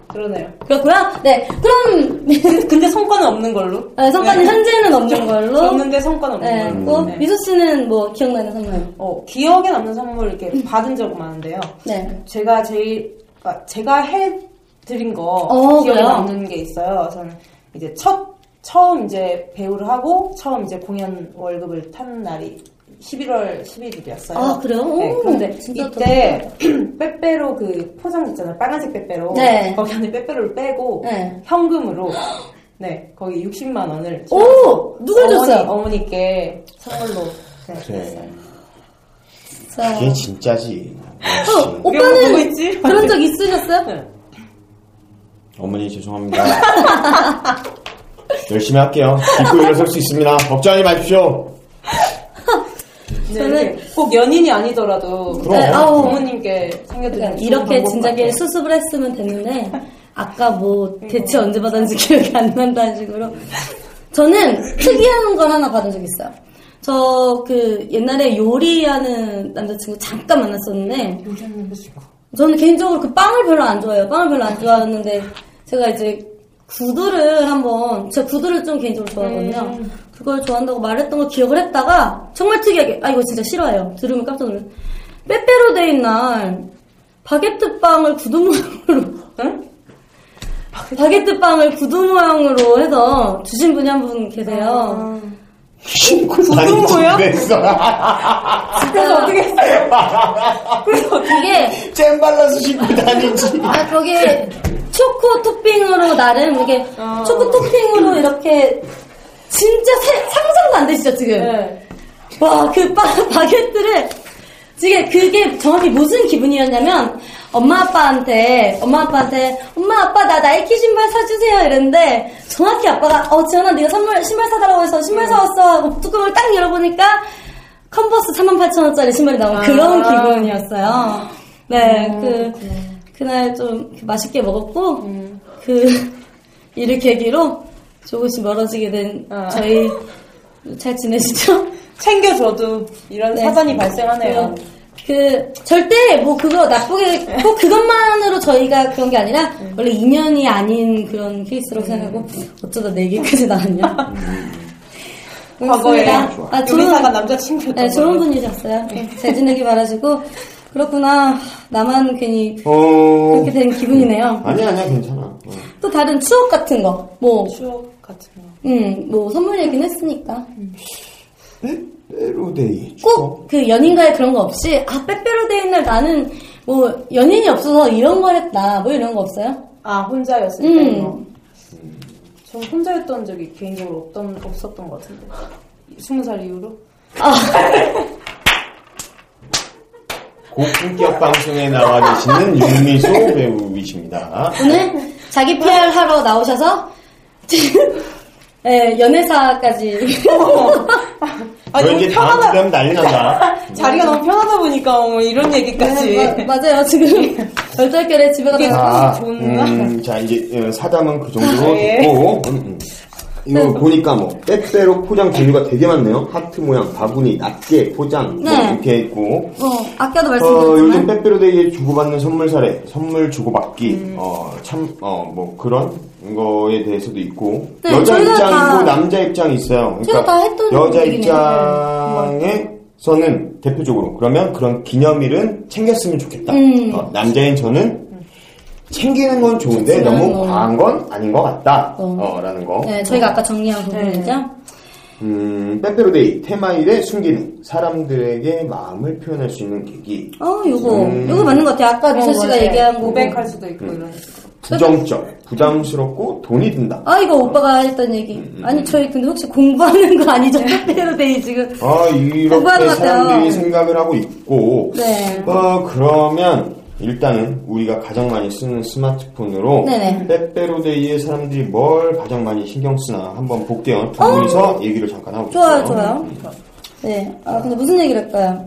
S3: 그러네요.
S1: 그렇고요. 네, 그럼
S3: 근데 성과는 없는 걸로.
S1: 아, 성과는
S3: 네.
S1: 현재는 없는 걸로.
S3: 줬는데 성과는 없는
S1: 네,
S3: 걸로.
S1: 고
S3: 네.
S1: 미소 씨는 뭐 기억나는 선물?
S3: 어, 기억에 남는 선물 이렇게 받은 적 많은데요.
S1: 음. 네.
S3: 제가 제일 아, 제가 해 드린 거
S1: 어,
S3: 기억에
S1: 그래요?
S3: 남는 게 있어요. 저는 이제 첫 처음 이제 배우를 하고 처음 이제 공연 월급을 탄 날이 11월 11일이었어요.
S1: 아, 그래요?
S3: 네,
S1: 오,
S3: 그런데
S1: 진짜
S3: 이때 빼빼로 그 포장 있잖아요. 빨간색 빼빼로.
S1: 네.
S3: 거기 안에 빼빼로를 빼고
S1: 네.
S3: 현금으로 네 거기 60만 원을
S1: 오! 누굴
S3: 어머니,
S1: 줬어요?
S3: 어머니께 선물로 네,
S2: 그래.
S1: 자.
S2: 그게 진짜지.
S1: 어,
S2: 역시.
S3: 이거 보고
S1: 오빠는
S3: 뭐, 있지?
S1: 그런 적 있으셨어요?
S3: 네.
S2: 어머니 죄송합니다. 열심히 할게요. 딛고 일어설 수 있습니다. 걱정하지 마십시오.
S3: 네,
S1: 저는-
S3: 이렇게 꼭 연인이 아니더라도
S2: 그럼.
S1: 네, 아우.
S3: 부모님께
S1: 그러니까
S3: 챙겨드리는
S1: 이렇게
S3: 좋은
S1: 진작에
S3: 방법
S1: 수습을 했으면 됐는데 아까 뭐 대체 언제
S3: 네.
S1: 받았는지 기억이 안 난다는 식으로 저는 특이한 걸 하나 받은 적 있어요. 저 그 옛날에 요리하는 남자친구 잠깐 만났었는데 저는 개인적으로 그 빵을 별로 안 좋아해요. 빵을 별로 안 좋아하는데 제가 이제 구두를 한번 제가 구두를 좀 개인적으로 좋아하거든요.
S3: 음.
S1: 그걸 좋아한다고 말했던 걸 기억을 했다가 정말 특이하게 아 이거 진짜 싫어요. 들으면 깜짝 놀랐어요. 빼빼로 데이 날 바게트 빵을 구두 모양으로 응? 바게트 빵을 구두 모양으로 해서 주신 분이 한 분 계세요.
S2: 구두
S3: 뭐야? 아. 그래서
S1: 그래서
S3: 어떻게 했어요? 그래서 어떻게
S1: 이게
S2: 잼 발라서 신고 다니지.
S1: 아, 거기에 초코 토핑으로 나름 이게 초코 토핑으로 이렇게 진짜 세- 상상도 안 되시죠 지금?
S3: 네.
S1: 와 그 바게트를 지금 그게 정확히 무슨 기분이었냐면 엄마 아빠한테 엄마 아빠한테 엄마 아빠 나 나이키 신발 사주세요 이랬는데 정확히 아빠가 어 지연아 네가 선물 신발 사달라고 해서 신발 사왔어 하고 뚜껑을 딱 열어보니까 컨버스 38,000원짜리 신발이 나온 그런 기분이었어요. 네, 그 그날 좀 맛있게 먹었고 그 이를 계기로 조금씩 멀어지게 된
S3: 아.
S1: 저희 잘 지내시죠?
S3: 챙겨줘도 이런
S1: 네.
S3: 사단이 발생하네요.
S1: 그, 그 절대 뭐 그거 나쁘게 꼭 그것만으로 저희가 그런 게 아니라
S3: 음.
S1: 원래 인연이 아닌 그런 케이스라고 생각하고 어쩌다 네 개까지 나왔냐?
S3: 음. 과거에
S1: 그렇습니다. 아, 좋은-
S3: 요리사가 남자친구였던
S1: 네, 좋은
S3: 걸로.
S1: 분이셨어요. 네, 잘 지내기 바라시고 그렇구나 나만 괜히
S2: 어.
S1: 그렇게 된 기분이네요.
S2: 아니야, 아니야, 괜찮아. 어.
S1: 또 다른 추억 같은 거, 뭐,
S3: 추억 같은 거.
S1: 음, 뭐 선물 얘기는 했으니까
S3: 네?
S2: 빼빼로데이.
S1: 꼭 그 연인과의 그런 거 없이 아 빼빼로데이 날 나는 뭐 연인이 없어서 이런 걸 했다, 뭐 이런 거 없어요?
S3: 아 혼자였을
S1: 음.
S3: 때요. 전 혼자였던 적이 개인적으로 없던 없었던 것 같은데. 스무 살 이후로.
S2: 고품격 방송에 나와 계시는 윤미소 배우이십니다.
S1: 오늘 자기 PR 하러 나오셔서 네, 연애사까지
S3: 아
S2: 저 이제 다음
S3: 너무 편하다.
S2: 주면 난리 난다.
S3: 자리가 너무 편하다 보니까 어머, 이런 얘기까지.
S1: 네, 마- 맞아요 지금 열달결에 집에
S3: 이게
S1: 가다가
S2: 자,
S3: 좋은가?
S2: 음, 자 이제 어, 사담은 그 정도로
S3: 예. 네.
S2: 듣고 음, 음. 이거 보니까 뭐 빼빼로 포장 종류가 되게 많네요. 하트 모양, 바구니, 낱개, 포장 뭐
S1: 네.
S2: 이렇게 있고
S1: 뭐 아까도
S2: 어, 요즘
S1: 말씀드렸지만
S2: 빼빼로데이에 주고받는 선물 사례, 선물 주고받기,
S1: 음.
S2: 어, 참, 어, 뭐, 그런 거에 대해서도 있고,
S1: 네,
S2: 여자
S1: 저희가
S2: 입장이고
S1: 다-
S2: 남자 입장이 있어요. 그러니까
S1: 저희가 다 했던
S2: 여자
S1: 얘기네요. 네,
S2: 입장에서는 대표적으로, 그러면 그런 기념일은 챙겼으면 좋겠다.
S1: 음.
S2: 어, 남자인 저는 챙기는 건 좋은데
S1: 그치만
S2: 너무
S1: 너무-
S2: 과한 건 아닌 것 같다.
S1: 어.
S2: 어, 라는 거.
S1: 네, 저희가 아까 정리한 부분이죠.
S2: 음, 빼빼로데이, 테마일의 숨기는, 사람들에게 마음을 표현할 수 있는 계기.
S1: 어, 요거
S2: 음.
S1: 요거 어, 맞는 것 같아요. 아까 미소 씨가 뭐, 얘기한 거.
S3: 뭐, 고백할 수도 있고 이런.
S2: 부정적, 부담스럽고 돈이 든다.
S1: 아 이거 오빠가 했던 얘기. 아니 저희 근데 혹시 공부하는 거 아니죠? 빼빼로데이 지금.
S2: 아,
S1: 공부하는
S2: 이렇게
S1: 것 같아요.
S2: 사람들이 생각을 하고 있고,
S1: 네.
S2: 어, 그러면 일단은 우리가 가장 많이 쓰는 스마트폰으로
S1: 네네.
S2: 빼빼로데이에 사람들이 뭘 가장 많이 신경 쓰나 한번 볼게요. 두 분이서 얘기를 잠깐 하고
S1: 어? 좋아요,
S2: 있어요.
S1: 좋아요. 네. 아 근데 무슨 얘기를 할까요?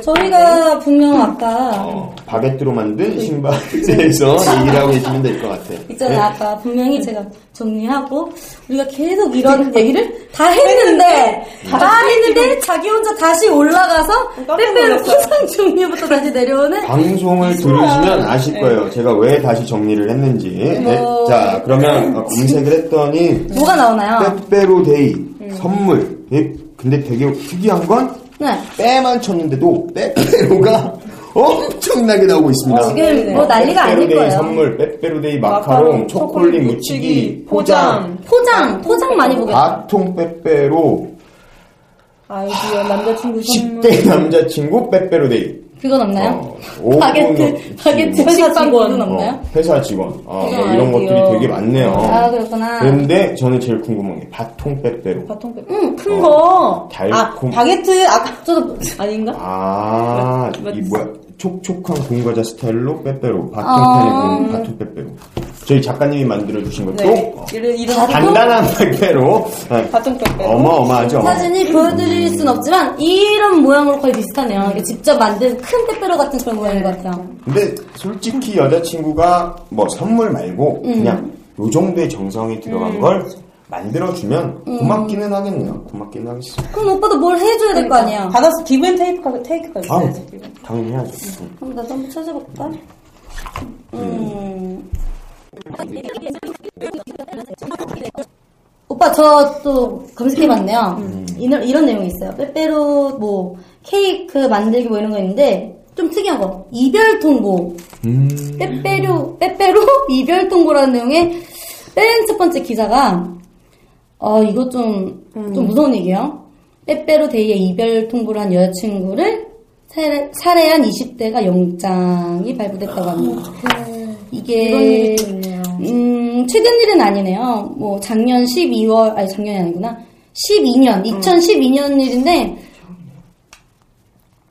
S1: 저희가 분명 아까
S2: 어, 바게트로 만든 신발에 대해서 얘기를 하고 계시면 될 것 같아요.
S1: 네.
S2: 네,
S1: 있잖아요. 아까 분명히 제가 정리하고 우리가 계속 이런
S2: 네.
S1: 얘기를 다 했는데 다 했는데 자기 혼자 다시 올라가서
S3: 깜짝
S1: 빼빼로
S3: 놀랐어요.
S1: 포상 종류부터 다시 내려오는
S2: 아. 방송을 들으시면 아실 거예요. 제가 왜 다시 정리를 했는지. 네.
S1: 네. 뭐.
S2: 자, 그러면 어, 검색을 했더니
S1: 뭐가 나오나요?
S2: 빼빼로데이 선물. 예, 근데 되게 특이한 건
S1: 네.
S2: 빼만 쳤는데도 빼빼로가 엄청나게 나오고 있습니다.
S1: 어, 지금 뭐 난리가 아닐
S2: 빼빼로데이
S1: 거예요.
S2: 선물, 빼빼로데이
S3: 마카롱,
S2: 마카롱, 초콜릿 무치기, 포장,
S1: 포장, 포장 많이 보겠다.
S2: 아통 빼빼로,
S3: 아이디어 남자친구 선물.
S2: 10대 남자친구 빼빼로데이.
S1: 그건 없나요?
S2: 어, 오분
S1: 네? 바게트,
S2: 없지.
S1: 바게트
S3: 회사
S1: 식빵
S3: 직원.
S1: 그건
S2: 어,
S1: 없나요?
S2: 회사 직원. 어, 뭐
S1: 그런
S2: 이런
S3: 아이디어.
S2: 것들이 되게 많네요.
S1: 아, 그렇구나.
S2: 그런데 저는 제일 궁금한 게 바통 빼빼로.
S3: 바통 빼.
S1: 응, 큰
S2: 어.
S3: 거. 아,
S2: 달콤.
S3: 바게트 아까
S1: 저도, 어?
S3: 아닌가?
S2: 아,
S3: 맞-
S2: 이 뭐야? 촉촉한 공과자 스타일로 빼빼로, 바통
S1: 아.
S2: 스타일로 바통 빼빼로. 저희 작가님이 만들어 주신 것도 어,
S3: 네. 이런 이런
S2: 간단한 빼빼로. 네.
S3: 바통 빼빼.
S2: 어마어마하죠.
S1: 사진이 보여드릴 순 없지만, 이런 모양으로 거의 비슷하네요. 이렇게 직접 만든 큰 빼빼로 같은 그런 모양인 것 같아요.
S2: 근데 솔직히 여자친구가 뭐 선물 말고
S3: 음.
S2: 그냥 요 정도의 정성이 들어간 걸 만들어주면
S3: 음.
S2: 고맙기는 하겠네요. 고맙기는 하겠어.
S1: 그럼 오빠도 뭘 해줘야 될 거 아니야?
S3: 받아서 기브 앤 테이크가 테이크가
S2: 아,
S3: 있어야지. 기브.
S2: 당연히 해야죠. 음.
S1: 그럼 나도 한번 찾아볼까? 음. 오빠 저 또 검색해봤네요. 이런, 이런 내용이 있어요. 빼빼로 뭐 케이크 만들기 뭐 이런 거 있는데 좀 특이한 거 이별 통보 음. 빼빼로 빼빼로 이별 통보라는 내용의 맨 첫 번째 기사가 어 이거 좀
S3: 음.
S1: 좀 무서운 얘기예요. 빼빼로 데이의 이별 통보를 한 여자친구를 살해, 살해한 20대가 영장이 발부됐다고 합니다.
S3: 이런 네. 일이
S1: 이게
S3: 또 있네요.
S1: 음, 최근 일은 아니네요. 뭐 작년 12월 아니 작년이 아니구나.
S3: 음.
S1: 12년 2012년 일인데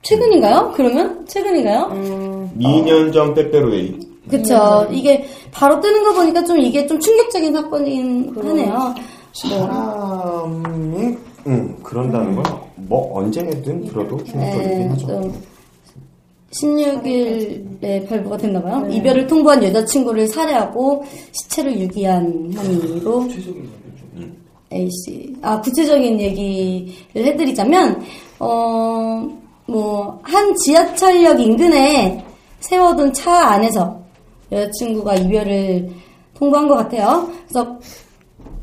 S1: 최근인가요? 그러면 최근인가요?
S3: 음.
S2: 2년 전 빼빼로데이.
S1: 그쵸.
S3: 네.
S1: 이게 바로 뜨는 거 보니까 좀 이게 좀 충격적인 사건이긴
S3: 음.
S1: 하네요. 뭐,
S2: 사람이 음, 그런다는 건 뭐 언제든 들어도 충격적이긴
S1: 네,
S2: 하죠.
S1: 좀 16일에 발부가 됐나봐요. 이별을 통보한 여자친구를 살해하고 시체를 유기한 혐의로 A씨. 아, 구체적인 얘기를 해드리자면, 어, 뭐, 한 지하철역 인근에 세워둔 차 안에서 여자친구가 이별을 통보한 것 같아요. 그래서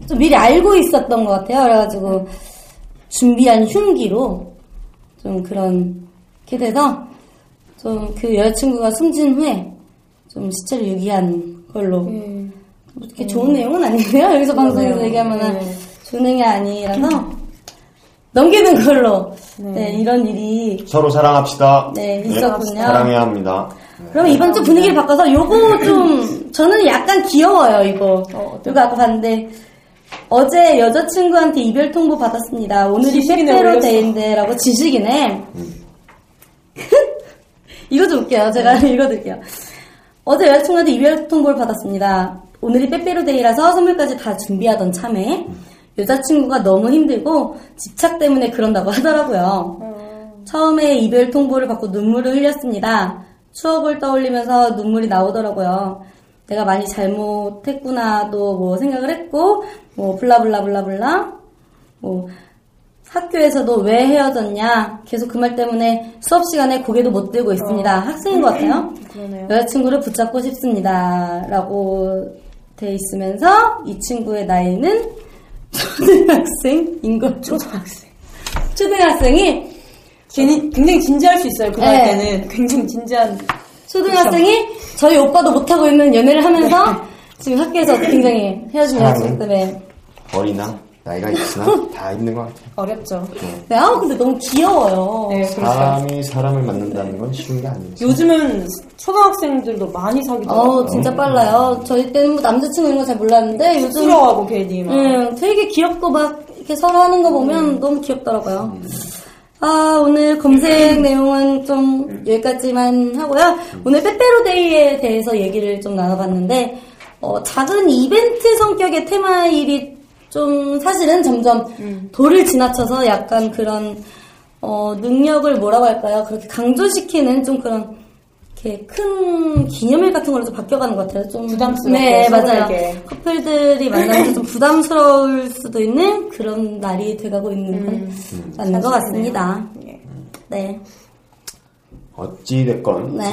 S1: 좀 미리 알고 있었던 것 같아요. 그래가지고 준비한 흉기로 좀 그런 게 돼서 좀 그 여자친구가 숨진 후에 좀 시체를 유기한 걸로 이렇게 좋은 내용은 아니고요. 여기서 방송에서 얘기하면은 좋은 내용이 아니라서 넘기는 걸로 네, 이런 일이
S2: 서로 사랑합시다.
S1: 네, 있었군요.
S2: 사랑해야 합니다.
S1: 그럼 이번 주
S3: 네.
S1: 분위기를 바꿔서 요거 좀 저는 약간 귀여워요 이거
S3: 어,
S1: 이거 아까 봤는데 어제 여자친구한테 이별 통보 받았습니다. 오늘이
S3: 지식인에
S1: 빼빼로
S3: 올렸어. 음.
S1: 데이인데라고 지식이네. 이거 좀 웃겨요. 제가
S3: 네.
S1: 읽어드릴게요. 어제 여자친구한테 이별 통보를 받았습니다. 오늘이 빼빼로데이라서 선물까지 다 준비하던 참에
S3: 음.
S1: 여자친구가 너무 힘들고 집착 때문에 그런다고 하더라고요. 처음에 이별 통보를 받고 눈물을 흘렸습니다. 추억을 떠올리면서 눈물이 나오더라고요. 내가 많이 잘못했구나도 뭐 생각을 했고 뭐 블라블라블라블라 뭐 학교에서도 왜 헤어졌냐 계속 그 말 때문에 수업 시간에 고개도 못 들고 있습니다. 학생인 것 같아요.
S3: 그러네요.
S1: 여자친구를 붙잡고 싶습니다라고 돼 있으면서 이 친구의 나이는 초등학생인 것 초등학생 초등학생이
S3: 괜히 굉장히 진지할 수 있어요. 그날
S1: 네.
S3: 때는 굉장히 진지한.
S1: 초등학생이 저희 오빠도 못하고 있는 연애를
S3: 네.
S1: 하면서 지금 학교에서 굉장히 헤어진 네.
S2: 사랑은?
S1: 여자친구
S3: 아,
S1: 때문에
S2: 어리나 나이가 있으나 다 있는 것 같아요.
S3: 어렵죠.
S1: 네, 아우 근데 너무 귀여워요.
S3: 네, 그렇죠.
S2: 사람이 사람을 만난다는 건 쉬운 게 아니죠.
S3: 요즘은 초등학생들도 많이 사귀더라고요.
S1: 어우 진짜 빨라요. 저희 때는 뭐 남자친구 이런 거 잘 몰랐는데 요즘
S3: 부러워하고 괜히 막.
S1: 음, 되게 귀엽고 막 이렇게 서로 하는 거 보면 너무 귀엽더라고요. 아 오늘 검색 내용은 좀 여기까지만 하고요. 오늘 빼빼로데이에 대해서 얘기를 좀 나눠봤는데 어, 작은 이벤트 성격의 테마일이 좀 사실은 점점 도를 지나쳐서 약간 그런 어, 능력을 뭐라고 할까요? 그렇게 강조시키는 좀 그런 이렇게 큰 기념일 같은 걸로 좀 바뀌어가는 것 같아요. 좀
S3: 부담스럽게,
S1: 네 맞아요.
S3: 서로에게.
S1: 커플들이 만나면서 좀 부담스러울 수도 있는 그런
S3: 음.
S1: 날이 돼가고 있는 건 맞는 것 같습니다.
S3: 예.
S1: 네.
S2: 어찌됐건
S1: 네.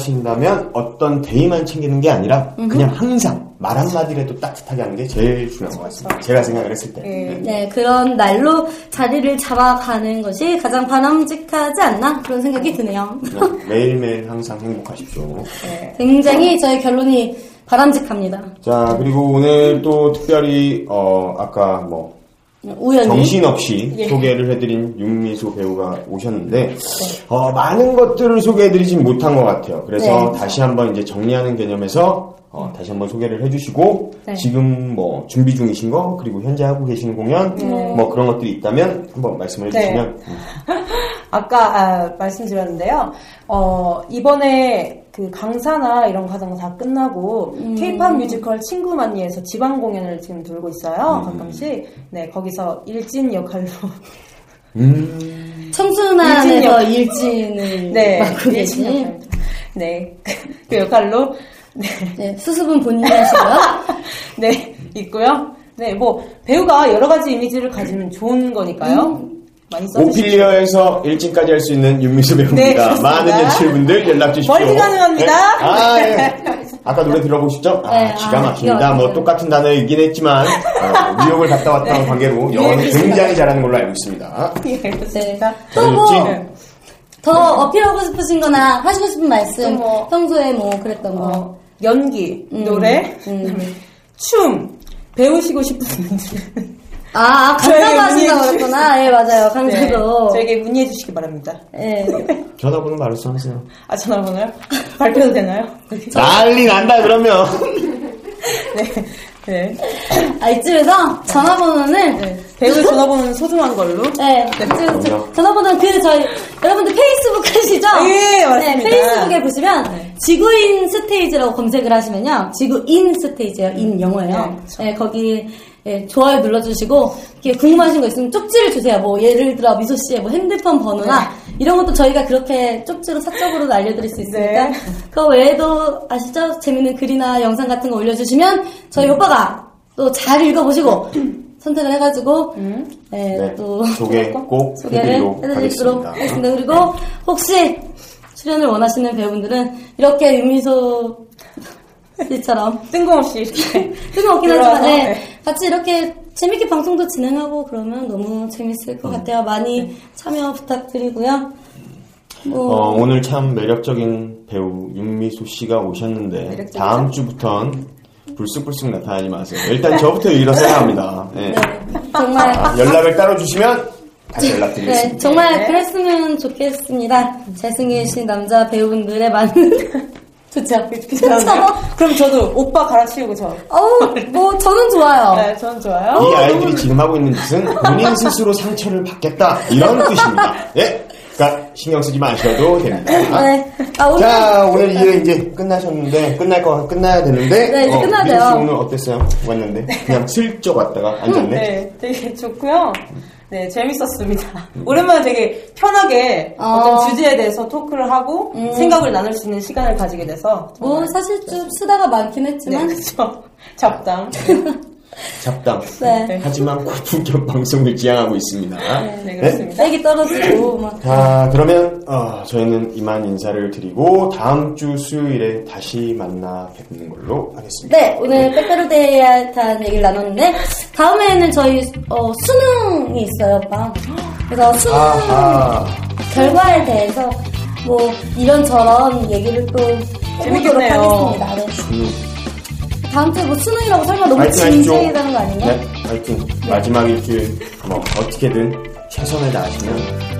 S2: 사랑하신다면 어떤 대의만 챙기는 게 아니라 그냥 항상 말 한마디라도 따뜻하게 하는 게 제일 중요한 것 같습니다. 제가 생각을 했을 때. 네.
S1: 네, 그런 날로 자리를 잡아가는 것이 가장 바람직하지 않나 그런 생각이 드네요.
S2: 그냥 매일매일 항상
S1: 네.
S2: 행복하십시오.
S3: 네.
S1: 굉장히 저의 결론이 바람직합니다.
S2: 자, 그리고 오늘 또 특별히, 어, 아까 뭐,
S1: 우연히
S2: 정신없이
S1: 예.
S2: 소개를 해드린 윤미소 배우가
S1: 네.
S2: 오셨는데, 어, 많은 것들을 소개해드리진 못한 것 같아요. 그래서
S1: 네.
S2: 다시 한번 이제 정리하는 개념에서, 어, 다시 한번 소개를 해주시고,
S1: 네.
S2: 지금 뭐, 준비 중이신 거, 그리고 현재 하고 계시는 공연,
S1: 네.
S2: 뭐 그런 것들이 있다면 한번 말씀을
S3: 네.
S2: 해주시면, 음,
S3: 아까 아, 말씀드렸는데요. 어, 이번에 그 강사나 이런 과정 다 끝나고
S1: 음.
S3: K-팝 뮤지컬 친구 만니에서 지방 공연을 지금 돌고 있어요.
S1: 음.
S3: 가끔씩 네 거기서 일진 역할로
S1: 청순한에서 일진을
S3: 네
S1: 맡고
S3: 일진
S1: 계신
S3: 역할입니다. 네그 역할로 네,
S1: 네, 수습은 본인이 하시고요.
S3: 네 있고요. 네 뭐 배우가 여러 가지 이미지를 가지면 좋은 거니까요. 많이 써주시고
S2: 오피리어에서 일진까지 할 수 있는 윤미수
S3: 네,
S2: 배우입니다.
S3: 그렇습니다.
S2: 많은 연출분들 연락 주십시오.
S3: 멀티 가능합니다.
S2: 네. 아, 예. 아까 노래 들어보셨죠? 아,
S1: 네,
S2: 기가
S1: 아,
S2: 막힙니다.
S1: 기가
S2: 뭐
S1: 막혀요.
S2: 똑같은 단어이긴 했지만 어, 뉴욕을 갔다 왔다는 관계로 영어는 굉장히 잘하는 걸로 알고 있습니다.
S3: 예,
S1: 네.
S3: 그렇습니다.
S1: 또 뭐
S2: 일진.
S1: 더 어필하고 싶으신 거나 하시고 싶은 말씀,
S3: 또 뭐.
S1: 평소에 뭐 그랬던 거.
S3: 어, 연기,
S1: 음,
S3: 노래,
S1: 음.
S3: 춤 배우시고 싶으신 분들은
S1: 아, 아,
S3: 저에게
S1: 강사도 하신다고
S3: 문의해
S1: 그랬구나. 예, 맞아요.
S3: 네,
S1: 강사도.
S3: 저에게 문의해 주시기 바랍니다.
S1: 예.
S2: 전화번호 말로써 하세요.
S3: 아 전화번호요? 발표도 되나요?
S2: 난리 난다 그러면.
S3: 네.
S1: 아, 이쯤에서 전화번호는
S3: 네. 배우 전화번호는 소중한 걸로.
S1: 네, 그쵸, 그쵸.
S2: 그럼요.
S1: 전화번호 그 저희 여러분들 페이스북 하시죠?
S3: 예, 맞습니다.
S1: 네, 페이스북에 보시면 지구인 스테이지라고 검색을 하시면요, 지구인 스테이지예요, 인
S3: 네,
S1: 영어예요.
S3: 그쵸.
S1: 네, 거기 예, 좋아요 눌러주시고 이게 궁금하신 거 있으면 쪽지를 주세요. 뭐 예를 들어 미소 씨의 뭐 핸드폰 번호나
S3: 네.
S1: 이런 것도 저희가 그렇게 쪽지로 사적으로도 알려드릴 수 있으니까
S3: 네.
S1: 그 외에도 아시죠? 재밌는 글이나 영상 같은 거 올려주시면 저희 오빠가 또 잘 읽어보시고 선택을 해가지고
S3: 음.
S1: 예,
S2: 네,
S1: 또
S2: 소개 꼭
S1: 소개를
S2: 해드리도록
S1: 해드리도록
S2: 하겠습니다.
S1: 하겠습니다. 그리고 혹시 출연을 원하시는 배우분들은 이렇게 윤미소 씨처럼
S3: 뜬금없이 이렇게.
S1: 뜬금없긴 하지만
S3: 들어와서,
S1: 예,
S3: 네.
S1: 같이 이렇게 재밌게 방송도 진행하고 그러면 너무 재밌을
S2: 음.
S1: 것 같아요. 많이 참여 부탁드리고요. 뭐,
S2: 네. 어, 오늘 참 매력적인 배우 윤미소 씨가 오셨는데 다음 주부턴 불쑥불쑥 나타나지 마세요. 일단 저부터 일어서야 합니다. 예.
S1: 네, 정말
S2: 아, 연락을 따로 주시면 다시
S1: 네,
S2: 연락드리겠습니다. 음.
S1: 정말
S3: 네.
S1: 그랬으면 좋겠습니다. 잘생기신 남자 배우분들의 많은 좋죠. 좋죠.
S3: 그럼 저도 오빠 갈아치우고 저.
S1: 어우, 뭐 저는 좋아요.
S3: 네, 저는 좋아요.
S2: 이 아이들이 지금 하고 있는 짓은 본인 스스로 상처를 받겠다 이런 뜻입니다. 예, 그러니까 신경 쓰지 마셔도 됩니다.
S1: 네. 아, 오늘
S2: 자, 오늘 일회 이제 끝나셨는데 끝날 거 끝나야 되는데 어,
S1: 네, 이제 네. 끝나야
S2: 민수 씨
S1: 돼요.
S2: 오늘 어땠어요? 왔는데 그냥 슬쩍 왔다가 앉았네.
S3: 네, 되게 좋고요. 네, 재밌었습니다. 오랜만에 되게 편하게
S1: 어.
S3: 어. 떤 주제에 대해서 토크를 하고 생각을 나눌 수 있는 시간을 가지게 돼서
S1: 뭐 사실 좀 쓰다가 많긴
S3: 네,
S1: 했지만
S3: 그렇죠. 잡담.
S2: 잡담.
S1: 네.
S2: 하지만 고품격 방송을 지향하고 있습니다.
S3: 네, 그렇습니다.
S1: 세기 떨어지고 뭐. 막
S2: 자, 그러면 어, 저희는 이만 인사를 드리고 다음 주 수요일에 다시 만나 뵙는 걸로 하겠습니다.
S1: 네, 오늘 빼빼로데이에 대한 얘기를 나눴는데 다음에는 저희 어, 수능이 있어요, 빵. 그래서 수능
S2: 아하.
S1: 결과에 대해서 뭐 이런저런 얘기를 또 해보도록
S3: 재밌겠네요.
S1: 하겠습니다. 네.
S2: 음.
S1: 다음 주에 뭐 수능이라고 설마 너무
S2: 화이팅, 화이팅.
S1: 진지하다는 거 아닌가?
S2: 네, 화이팅. 마지막 일주일 뭐 어떻게든 최선을 다하시면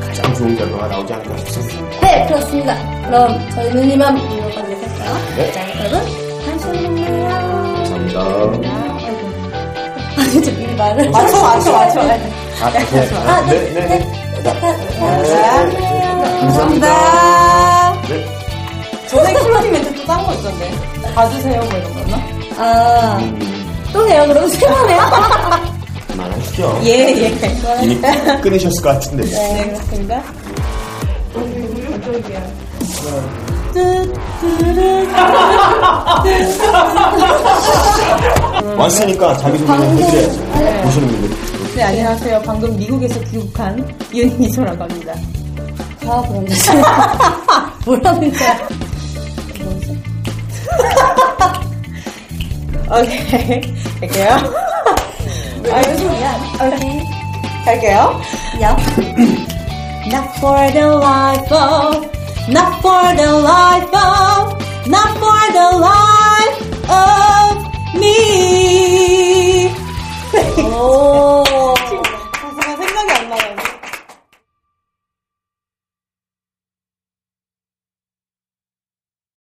S2: 가장 좋은 결과가 나오지 않을까 싶습니다.
S1: 네, 그렇습니다. 그럼 저희는 이만 물러가도록 할까요?
S2: 네.
S1: 자, 여러분, 다음 주에 만나요.
S2: 감사합니다.
S1: 아니, 저 미리 말을.
S3: 맞춰, 맞춰, 맞춰.
S2: 아, 네,
S1: 아,
S2: 아,
S1: 네,
S2: 네,
S1: 네.
S2: 네.
S1: 네. 감사합니다.
S3: 감사합니다.
S2: 네.
S3: 전에 클로징 멘트 또 다른 거 있던데. 봐주세요, 뭐 이런 거나?
S1: 아,
S2: 음,
S1: 또 해요? 그럼 세 번 해요?
S2: 그만하시죠.
S3: 예, 예.
S2: 이미 끊으셨을 것 같은데.
S3: 네, 그렇습니다.
S2: 왔으니까 자기소개를 해드려야죠. 보시는 분들.
S3: 네, 안녕하세요. 방금 미국에서 귀국한 윤미소라고 합니다.
S1: 아, 그런데. 네. 뭐라는 거야?
S3: 오케이. 갈게요. 아,
S1: 무슨 소리야?
S3: 오케이. 갈게요.
S1: 야.
S3: Not for the life of, not for the life of, not for the life